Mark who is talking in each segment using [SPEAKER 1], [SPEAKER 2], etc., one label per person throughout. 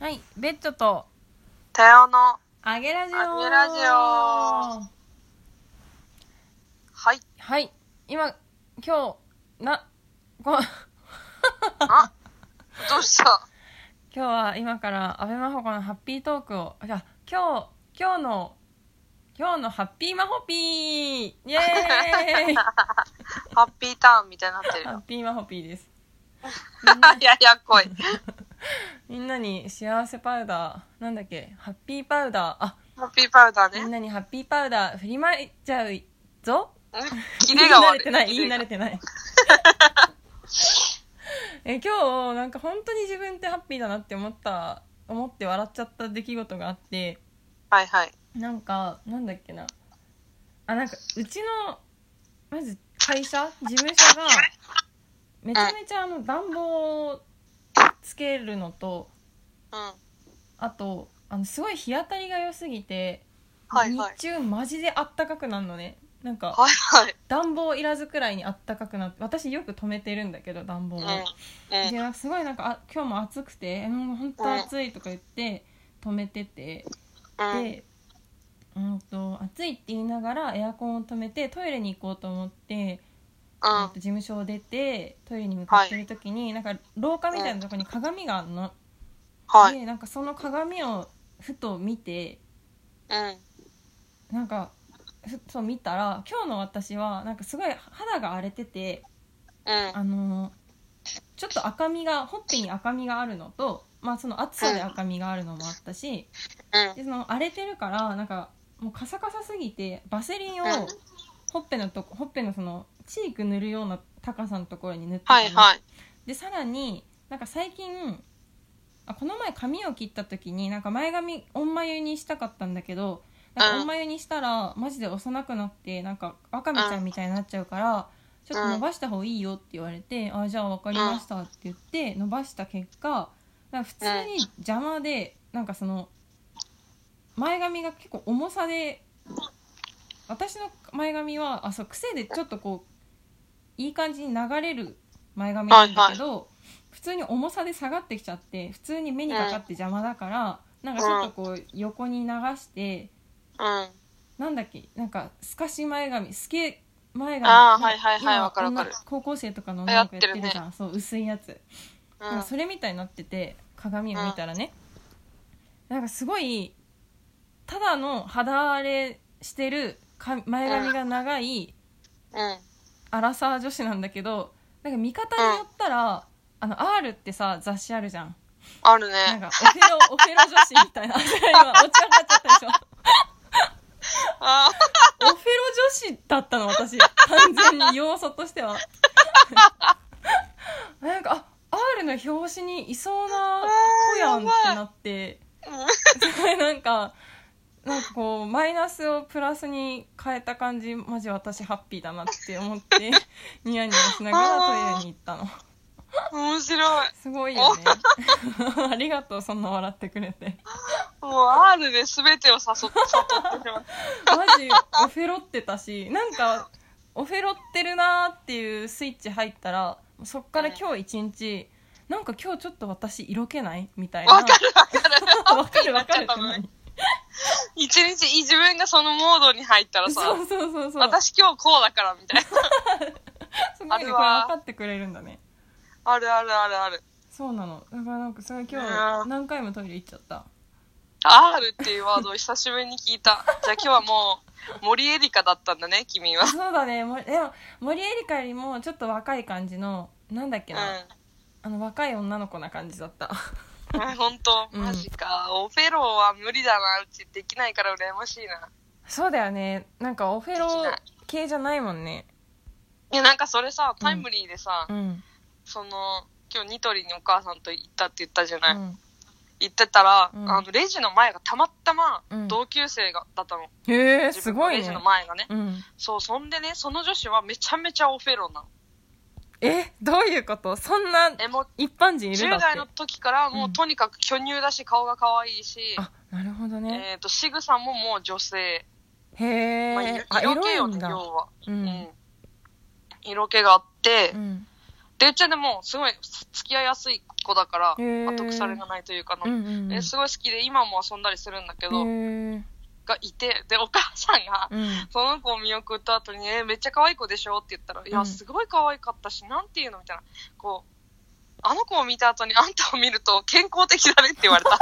[SPEAKER 1] はい、ベッドと、
[SPEAKER 2] たよの、
[SPEAKER 1] あげラジオ
[SPEAKER 2] あげラジオはい。
[SPEAKER 1] はい、今、今日、な、 ご、
[SPEAKER 2] あ、どうした
[SPEAKER 1] 今日は今から、安倍真帆子のハッピートークを、あ、今日、今日の、今日のハッピーマホピーイェーイ
[SPEAKER 2] ハッピーターンみたいになってる
[SPEAKER 1] ハッ
[SPEAKER 2] よ。
[SPEAKER 1] ピーマホピーです。
[SPEAKER 2] ややっこい。
[SPEAKER 1] みんなに幸せパウダー、なんだっけ、ハッピーパウダー、あ、
[SPEAKER 2] ハッピーパウダ
[SPEAKER 1] み
[SPEAKER 2] ー
[SPEAKER 1] ん
[SPEAKER 2] ね。
[SPEAKER 1] なにハッピーパウダー振りまいちゃうぞ
[SPEAKER 2] キレが悪
[SPEAKER 1] 言い慣れ
[SPEAKER 2] い。
[SPEAKER 1] てない、言い慣れ
[SPEAKER 2] て
[SPEAKER 1] て ない。え今日なんか本当に自分ってハッピーだなって思った思って笑っちゃった出来事があって
[SPEAKER 2] はいはい。
[SPEAKER 1] なんかなんだっけなあなんかうちのまず会社事務所がめちゃめちゃあの暖房をつけるのと
[SPEAKER 2] うん。
[SPEAKER 1] あとあのすごい日当たりが良すぎて、
[SPEAKER 2] はいはい
[SPEAKER 1] 日。中マジであったかくなるのねなんか
[SPEAKER 2] はいはい。
[SPEAKER 1] 暖房いらずくらいにあったかくなって私よく止めてるんだけど暖房を、
[SPEAKER 2] うん。うん。
[SPEAKER 1] でなんかすごいなんかあ今日も暑くてもう本当暑いとか言って止めてて、
[SPEAKER 2] うん。
[SPEAKER 1] でうんと暑いって言いながらエアコンを止めてトイレに行こうと思って、えっと事務所を出てトイレに向かってる時に、なんか廊下みたいなとこに鏡があるの、
[SPEAKER 2] はい。
[SPEAKER 1] でなんかその鏡をふと見て
[SPEAKER 2] うん。
[SPEAKER 1] なんかふと見たら今日の私はなんかすごい肌が荒れてて。
[SPEAKER 2] うん。
[SPEAKER 1] あのちょっと赤みがほっぺに赤みがあるのと、まあ、その暑さで赤みがあるのもあったし
[SPEAKER 2] うん。
[SPEAKER 1] でその荒れてるからなんかもうカサカサすぎてバセリンを
[SPEAKER 2] うん
[SPEAKER 1] ほっぺのとこほっぺのそのチーク塗るような高さのところに塗ってたの
[SPEAKER 2] はいはい。
[SPEAKER 1] でさらになんか最近あこの前髪を切った時になんか前髪おんまゆにしたかったんだけどなん
[SPEAKER 2] う
[SPEAKER 1] か
[SPEAKER 2] ん
[SPEAKER 1] おんまゆにしたらマジで幼くなってなんかワカメちゃんみたいになっちゃうからちょっと伸ばした方がいいよって言われてあじゃあ分かりましたって言って伸ばした結果なんか普通に邪魔でなんかその前髪が結構重さで私の前髪はあそう癖でちょっとこういい感じに流れる前髪なんだけど、普通に重さで下がってきちゃって普通に目にかかって邪魔だから、なんかちょっとこう横に流して、
[SPEAKER 2] うん。
[SPEAKER 1] なんだっけなんか透かし前髪透け前髪
[SPEAKER 2] あーはいはいはい
[SPEAKER 1] 今
[SPEAKER 2] わかるわかる
[SPEAKER 1] 女高校生とかの女の子
[SPEAKER 2] 流
[SPEAKER 1] や
[SPEAKER 2] 行
[SPEAKER 1] っ
[SPEAKER 2] ってて
[SPEAKER 1] る
[SPEAKER 2] る
[SPEAKER 1] じ
[SPEAKER 2] ね
[SPEAKER 1] ゃん、そう薄いやつ、
[SPEAKER 2] うん。
[SPEAKER 1] それみたいになってて鏡を見たらね、なんかすごいただの肌荒れしてるか前髪が長い
[SPEAKER 2] うん。
[SPEAKER 1] アラサー女子なんだけどなんか見方によったら、あの R ってさ雑誌あるじゃん
[SPEAKER 2] ある
[SPEAKER 1] なん
[SPEAKER 2] ね。
[SPEAKER 1] かオフェロオフェロ女子みたいな今お茶になっちゃったでしょ
[SPEAKER 2] あ
[SPEAKER 1] オフェロ女子だったの私完全に要素としては なんかあ R の表紙にいそうな子やんってなって
[SPEAKER 2] ーうん
[SPEAKER 1] すごいなんかなんかこうマイナスをプラスに変えた感じマジ私ハッピーだなって思ってニヤニヤしながらトイレに行ったの
[SPEAKER 2] 面白い。
[SPEAKER 1] すごいよね ありがとうそんな笑ってくれて
[SPEAKER 2] もう R で全てを誘って、誘ってしまっ
[SPEAKER 1] マジオフェロってたしなんかオフェロってるなーっていうスイッチ入ったらそっから今日一日なんか今日ちょっと私色気ないみたい
[SPEAKER 2] た。
[SPEAKER 1] な
[SPEAKER 2] わかるわかる。
[SPEAKER 1] わかるわかるってなに
[SPEAKER 2] 一日自分がそのモードに入ったらさ、
[SPEAKER 1] そうそうそうそう
[SPEAKER 2] 私今日こうだからみたいな。
[SPEAKER 1] すごいねこれ分かってくれるんだね
[SPEAKER 2] あるあるあるある。
[SPEAKER 1] そうなのだからなんかそれ今
[SPEAKER 2] いや
[SPEAKER 1] 日
[SPEAKER 2] ー
[SPEAKER 1] 何回もトイレ行っちゃった
[SPEAKER 2] R っていうワードを久しぶりに聞いた。じゃあ今日はもう、森エリカだったんだね、君は。
[SPEAKER 1] そうだねもでも森エリカよりもちょっと若い感じのなんだっけな、
[SPEAKER 2] う
[SPEAKER 1] あの若い女の子な感じだった
[SPEAKER 2] ん。あ本当
[SPEAKER 1] うん
[SPEAKER 2] マジか。オフェロは無理だな。うちできないから羨ましいな。
[SPEAKER 1] そうだよねなんかオフェロ系じゃないもんね
[SPEAKER 2] いや、なんかそれさ、タイムリーでさ、
[SPEAKER 1] うん、
[SPEAKER 2] その、今日ニトリにお母さんと行ったって言ったじゃ
[SPEAKER 1] う
[SPEAKER 2] ない。
[SPEAKER 1] ん、
[SPEAKER 2] 行ってたら、
[SPEAKER 1] うん
[SPEAKER 2] あの、レジの前がたまたま
[SPEAKER 1] うん
[SPEAKER 2] 同級生が、だったの。
[SPEAKER 1] へえすごい
[SPEAKER 2] 自分のレジ
[SPEAKER 1] ね
[SPEAKER 2] の前がね。
[SPEAKER 1] うん
[SPEAKER 2] そう、そんでね、その女子はめちゃめちゃオフェロなの。
[SPEAKER 1] えどういうことそんな
[SPEAKER 2] え、もう、
[SPEAKER 1] 一般人いるんだ
[SPEAKER 2] 10
[SPEAKER 1] っ
[SPEAKER 2] 代の
[SPEAKER 1] て
[SPEAKER 2] 時からも
[SPEAKER 1] うん
[SPEAKER 2] うとにかく巨乳だし、顔が可愛いし、
[SPEAKER 1] あなるほどね、
[SPEAKER 2] えっ、と、仕草ももう女性。
[SPEAKER 1] へえ、
[SPEAKER 2] まあ、
[SPEAKER 1] あ
[SPEAKER 2] 色気
[SPEAKER 1] エロ
[SPEAKER 2] よ
[SPEAKER 1] いん
[SPEAKER 2] ね、
[SPEAKER 1] だ
[SPEAKER 2] 要は。
[SPEAKER 1] う
[SPEAKER 2] うんん。色気があって、
[SPEAKER 1] うん
[SPEAKER 2] りゅうちゃんでも、すごい付き合いやすい子だから、
[SPEAKER 1] へー
[SPEAKER 2] 後腐れがないというかの、
[SPEAKER 1] うんうん
[SPEAKER 2] えすごい好きで、今も遊んだりするんだけ
[SPEAKER 1] へ
[SPEAKER 2] ど、
[SPEAKER 1] え
[SPEAKER 2] がいて、で、お母さんが、
[SPEAKER 1] うん
[SPEAKER 2] その子を見送った後に、えめっちゃ可愛い子でしょって言ったら、いうや、
[SPEAKER 1] ん
[SPEAKER 2] すごい可愛かったし、なんていうのみたいな。こう、あの子を見た後にあんたを見ると健康的だねって言われた。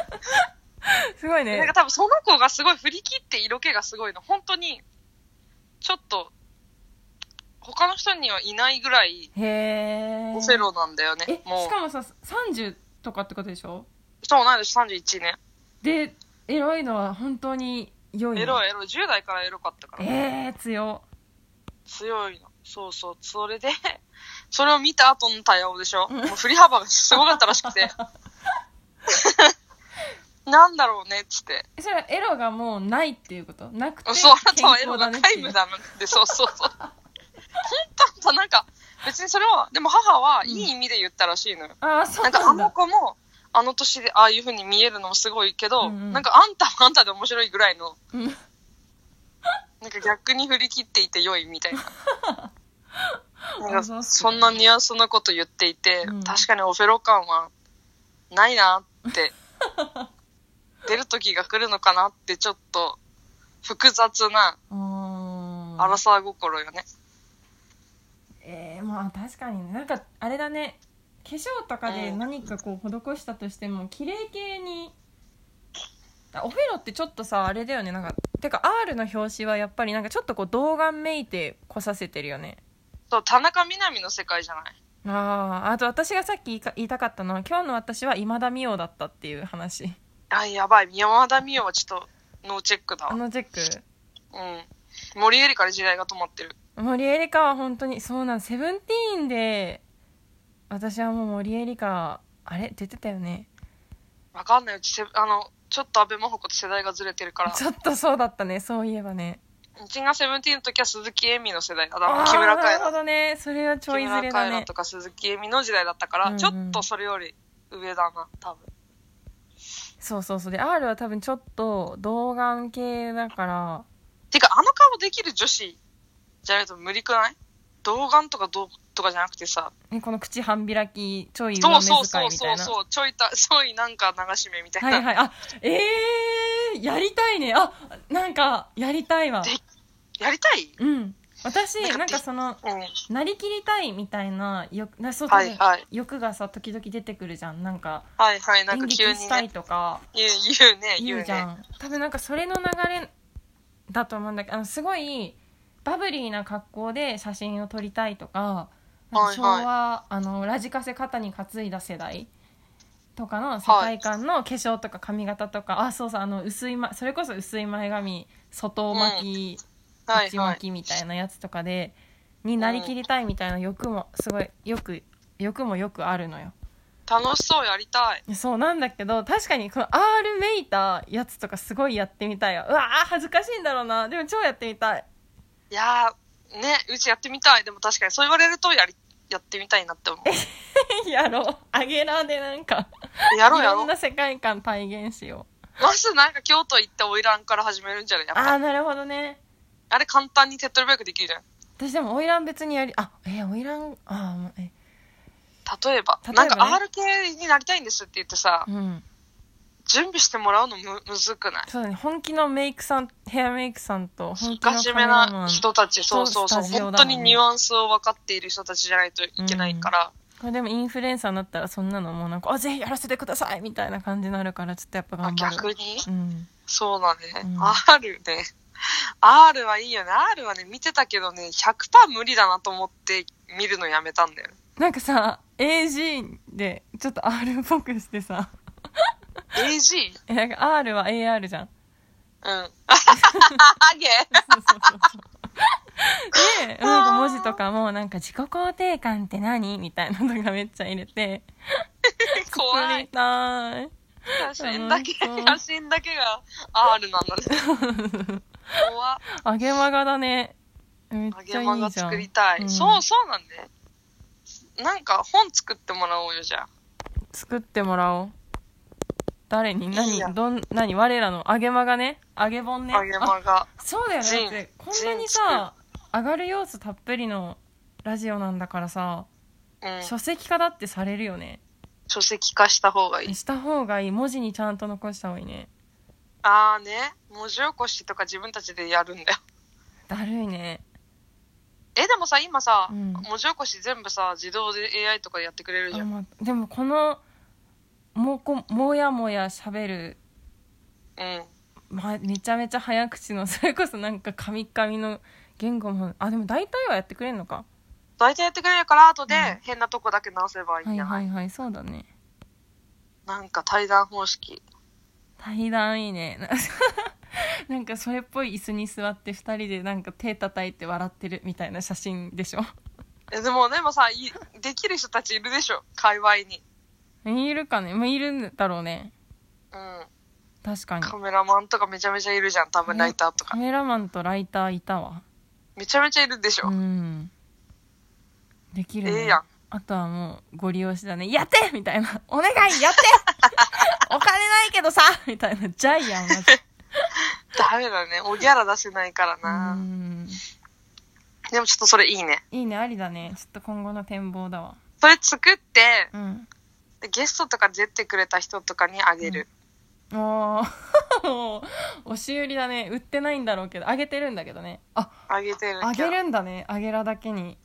[SPEAKER 1] すごい
[SPEAKER 2] なん
[SPEAKER 1] ね
[SPEAKER 2] か多分その子がすごい振り切って色気がすごいの。本当に、ちょっと、他の人にはいないぐらい、
[SPEAKER 1] へえ
[SPEAKER 2] オセロなんだよ
[SPEAKER 1] え
[SPEAKER 2] ね
[SPEAKER 1] し。
[SPEAKER 2] もう、
[SPEAKER 1] かもさ30とかってことでしょ
[SPEAKER 2] そう同い年31ね。
[SPEAKER 1] でエロいのは本当に良いの
[SPEAKER 2] エロいエロい、10代からエロかったから。
[SPEAKER 1] えー、強
[SPEAKER 2] 強いの。そうそう。それで、それを見た後の対応でしょもう振り幅がすごかったらしく て。なんだろうねっつって。
[SPEAKER 1] えそれはエロがもうないっていうことなくて
[SPEAKER 2] そう、あなたはエロが
[SPEAKER 1] って
[SPEAKER 2] 皆
[SPEAKER 1] いう
[SPEAKER 2] 無だなんて、そうそうそう。本当はなんか、別にそれは、でも母はいい意味で言ったらしいのよ。
[SPEAKER 1] ああそう
[SPEAKER 2] な
[SPEAKER 1] なんんだ
[SPEAKER 2] かあの子も、あの年でああいう風に見えるのもすごいけ
[SPEAKER 1] うん
[SPEAKER 2] ど、
[SPEAKER 1] うん
[SPEAKER 2] なんかあんたはあんたで面白いぐらいの、
[SPEAKER 1] うん
[SPEAKER 2] なんか逆に振り切っていて良いみたい な。な
[SPEAKER 1] あ
[SPEAKER 2] ん
[SPEAKER 1] そうっ
[SPEAKER 2] か
[SPEAKER 1] す
[SPEAKER 2] そんなニュアンスのこと言っていて、
[SPEAKER 1] うん
[SPEAKER 2] 確かにオフェロ感はないな って、出る時が来るのかなってちょっと複雑な
[SPEAKER 1] あ
[SPEAKER 2] アラサー心よね。
[SPEAKER 1] えー、まあ確かにねなんかあれだね化粧とかで
[SPEAKER 2] うん
[SPEAKER 1] 何かこう施したとしても綺麗系にあオフェロってちょっとさあれだよねなんかてか R の表紙はやっぱりなんかちょっとこう童顔めいてこさせてるよね
[SPEAKER 2] そう、田中みな実の世界じゃない。
[SPEAKER 1] あああと私がさっき言いか言いたかったのは今日の私は今田美桜だったっていう話
[SPEAKER 2] あ、やばい。山田美桜はちょっとノーチェックだ
[SPEAKER 1] あ
[SPEAKER 2] わ。
[SPEAKER 1] のチェック
[SPEAKER 2] うん。森エリから時代が止まってる。
[SPEAKER 1] 森エリカは本当にそうなんセブンティーンで私はもう森エリカあれ出てたよね
[SPEAKER 2] わかんないうちせ、あの、ちょっと安倍真帆子と世代がずれてるから、
[SPEAKER 1] ちょっとそうだったねそういえばね
[SPEAKER 2] うちがセブンティーンの時は鈴木恵美の世代だ。だから
[SPEAKER 1] あ
[SPEAKER 2] 木
[SPEAKER 1] ー
[SPEAKER 2] 村
[SPEAKER 1] な
[SPEAKER 2] カエ
[SPEAKER 1] るほ
[SPEAKER 2] ラ。
[SPEAKER 1] どねそれはち
[SPEAKER 2] 木
[SPEAKER 1] ょいず
[SPEAKER 2] 村
[SPEAKER 1] れ
[SPEAKER 2] カエ
[SPEAKER 1] だ
[SPEAKER 2] ラ
[SPEAKER 1] ね
[SPEAKER 2] とか鈴木恵美の時代だったから、
[SPEAKER 1] うんうん
[SPEAKER 2] ちょっとそれより上だな、多分。
[SPEAKER 1] そうそうそうで R は多分ちょっと童顔系だから
[SPEAKER 2] てか、あの顔できる女子じゃないと無理くない童顔とかどうとかじゃなくてさ、
[SPEAKER 1] ねこの口半開きちょい上
[SPEAKER 2] そう
[SPEAKER 1] 目
[SPEAKER 2] そう
[SPEAKER 1] 遣い
[SPEAKER 2] そ
[SPEAKER 1] うみた
[SPEAKER 2] そ
[SPEAKER 1] いうな
[SPEAKER 2] そう、ちょいた、ちょいなんか流し目みたいな。
[SPEAKER 1] はいはいあえー、やりたいねあなんかやりたいわ
[SPEAKER 2] でやりたい
[SPEAKER 1] うん私なんかその
[SPEAKER 2] うん。
[SPEAKER 1] なりきりたいみたいな欲なそう、
[SPEAKER 2] はいはい
[SPEAKER 1] 欲がさ時々出てくるじゃんなんか
[SPEAKER 2] はいはい、なん
[SPEAKER 1] 演
[SPEAKER 2] か
[SPEAKER 1] 劇
[SPEAKER 2] 急に
[SPEAKER 1] したい
[SPEAKER 2] ね、
[SPEAKER 1] とか
[SPEAKER 2] 言う言うね、
[SPEAKER 1] 言うじゃん、多分なんかそれの流れだと思うんだけどあのすごいバブリーな格好で写真を撮りたいとかなんか昭和、
[SPEAKER 2] はい
[SPEAKER 1] あのラジカセ肩に担いだ世代とかの世界観の化粧とか髪型とか、あそうそうあの薄い、ま、それこそ薄い前髪外巻き、
[SPEAKER 2] はい
[SPEAKER 1] 内
[SPEAKER 2] は
[SPEAKER 1] 巻
[SPEAKER 2] い。
[SPEAKER 1] きみたいなやつとかで、になりきりたいみたいな欲もすごいよく欲もよくあるのよ
[SPEAKER 2] 楽しそうやりたい。
[SPEAKER 1] そうなんだけど確かにこの R めいたやつとかすごいやってみたいわうわー恥ずかしいんだろうなでも超やってみたい
[SPEAKER 2] いやー、ね、うちやってみたい。でも確かにそう言われるとやり、やってみたいなって思う。
[SPEAKER 1] やろうあげらでなんか
[SPEAKER 2] やろう
[SPEAKER 1] い
[SPEAKER 2] や
[SPEAKER 1] ろ
[SPEAKER 2] ろ
[SPEAKER 1] ん
[SPEAKER 2] う。
[SPEAKER 1] な世界観体現しよう
[SPEAKER 2] まずなんか京都行って花魁から始めるんじゃないやっ
[SPEAKER 1] あ
[SPEAKER 2] ぱ。
[SPEAKER 1] あなるほどね
[SPEAKER 2] あれ簡単に手っ取り早くできるじゃん。
[SPEAKER 1] 私でも花魁別にやりあえ花魁あーえ
[SPEAKER 2] 例えば、
[SPEAKER 1] 例えば
[SPEAKER 2] な
[SPEAKER 1] ね
[SPEAKER 2] んか R 系になりたいんですって言ってさ、
[SPEAKER 1] うん
[SPEAKER 2] 準備してもらうのむ、むずくない
[SPEAKER 1] そうだね本気のメイクさんヘアメイクさんと本気の
[SPEAKER 2] ガチ
[SPEAKER 1] カメ
[SPEAKER 2] め
[SPEAKER 1] ラマ
[SPEAKER 2] な
[SPEAKER 1] ン
[SPEAKER 2] 人たち、そうそうそう、
[SPEAKER 1] とスタジオ
[SPEAKER 2] 本
[SPEAKER 1] だも
[SPEAKER 2] 当
[SPEAKER 1] んね
[SPEAKER 2] にニュアンスを分かっている人たちじゃないといけないから、
[SPEAKER 1] これでもインフルエンサーになったらそんなのもうなんか「あぜひやらせてください」みたいな感じになるからちょっとやっぱ
[SPEAKER 2] あ
[SPEAKER 1] 頑張る
[SPEAKER 2] 逆に
[SPEAKER 1] うん、
[SPEAKER 2] そうだね、
[SPEAKER 1] うん
[SPEAKER 2] R ね。R はいいよね。R はね、見てたけどね、100%無理だなと思って見るのやめたんだよね。
[SPEAKER 1] なんかさ AG でちょっと R っぽくしてさ
[SPEAKER 2] AG?
[SPEAKER 1] えなんか R は AR じゃん
[SPEAKER 2] うん。あはははゲ
[SPEAKER 1] そうそうそうそうでなんか文字とかもなんか自己肯定感って何みたいなのがめっちゃ入れて
[SPEAKER 2] ー怖
[SPEAKER 1] 作り
[SPEAKER 2] い。
[SPEAKER 1] たい
[SPEAKER 2] 写真だけ、
[SPEAKER 1] うん
[SPEAKER 2] 写真だけが R なんだね。怖っ
[SPEAKER 1] 揚げマガだねめっ
[SPEAKER 2] 揚
[SPEAKER 1] ちゃ
[SPEAKER 2] げ
[SPEAKER 1] い
[SPEAKER 2] マ
[SPEAKER 1] い
[SPEAKER 2] が
[SPEAKER 1] じゃん
[SPEAKER 2] 作りたい。
[SPEAKER 1] うん
[SPEAKER 2] そう、そうなんだね。なんか本作ってもらおうよ、じゃあ。
[SPEAKER 1] 作ってもらおう誰に何
[SPEAKER 2] いいや
[SPEAKER 1] どん何我らの揚げマガね揚げ本ね
[SPEAKER 2] 揚げマが。
[SPEAKER 1] そうだよね
[SPEAKER 2] ジン
[SPEAKER 1] だってこんなに
[SPEAKER 2] ジン作
[SPEAKER 1] さ上がる要素たっぷりのラジオなんだからさ
[SPEAKER 2] うん。
[SPEAKER 1] 書籍化だってされるよね
[SPEAKER 2] 書籍化した方がいい。
[SPEAKER 1] した方がいい文字にちゃんと残した方がいいね
[SPEAKER 2] あーね、文字起こしとか自分たちでやるんだよ。
[SPEAKER 1] だるいね
[SPEAKER 2] え、でもさ、今さ、
[SPEAKER 1] うん
[SPEAKER 2] 文字起こし全部さ、自動で AI とかでやってくれるじ
[SPEAKER 1] あ
[SPEAKER 2] ゃん。
[SPEAKER 1] まあでもこのもこもやもやしゃべる、
[SPEAKER 2] うん。
[SPEAKER 1] まあ、めちゃめちゃ早口の それこそなんかカミカミの言語もあでも大体はやってくれるのか
[SPEAKER 2] 大体やってくれるから、後で
[SPEAKER 1] うん
[SPEAKER 2] 変なとこだけ直せばいい
[SPEAKER 1] は
[SPEAKER 2] ん
[SPEAKER 1] い
[SPEAKER 2] じゃない、
[SPEAKER 1] はいはいそうだね
[SPEAKER 2] なんか対談方式。
[SPEAKER 1] 対談いいね ななんかそれっぽい椅子に座って2人でなんか手叩いて笑ってるみたいな写真でしょ
[SPEAKER 2] え、でも、でもさ、いできる人たちいるでしょ、界隈に。
[SPEAKER 1] いるかねまあいるんだろうね
[SPEAKER 2] うん。
[SPEAKER 1] 確かに
[SPEAKER 2] カメラマンとかめちゃめちゃいるじゃん、多分ライターと
[SPEAKER 1] カ
[SPEAKER 2] か。
[SPEAKER 1] メラマンとライターいたわ
[SPEAKER 2] めちゃめちゃいるでしょ。
[SPEAKER 1] うんできるね
[SPEAKER 2] ええやん。
[SPEAKER 1] あとはもうご利用しだね「やって!」みたいな「お願いやって! 」 お金ないけどさみたいなジャイ アンマジ
[SPEAKER 2] ダメだね。おギャラ出せないからな。
[SPEAKER 1] うん
[SPEAKER 2] でもちょっとそれいいね。
[SPEAKER 1] いいねありだねちょっと今後の展望だわ
[SPEAKER 2] それ作って、
[SPEAKER 1] うん
[SPEAKER 2] でゲストとか出てくれた人とかにあげる。
[SPEAKER 1] お お押し売りだね売ってないんだろうけどあげてるんだけどねあ
[SPEAKER 2] あげてる
[SPEAKER 1] あ
[SPEAKER 2] けど
[SPEAKER 1] げるんだねあげらだ けに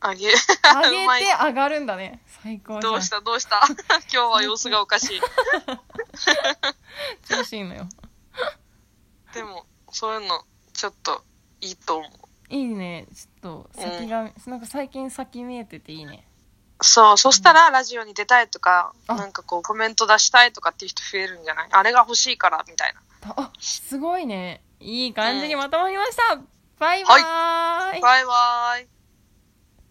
[SPEAKER 2] あげ、
[SPEAKER 1] あげ
[SPEAKER 2] うまい
[SPEAKER 1] て上がるんだね最高じゃん
[SPEAKER 2] どうしたどうした 今日は様子がお かしい。
[SPEAKER 1] 調子いいのよ
[SPEAKER 2] でも、そういうの、ちょっと、いいと思う。
[SPEAKER 1] いいねちょっと先が、なんか最近先見えてていいね
[SPEAKER 2] そう、そしたらラジオに出たいとか、
[SPEAKER 1] あ
[SPEAKER 2] なんかこうコメント出したいとかっていう人増えるんじゃないあれが欲しいから、みたいな。
[SPEAKER 1] たあすごいねいい感じにまとまりました、バイバーイ、
[SPEAKER 2] バイバーイ。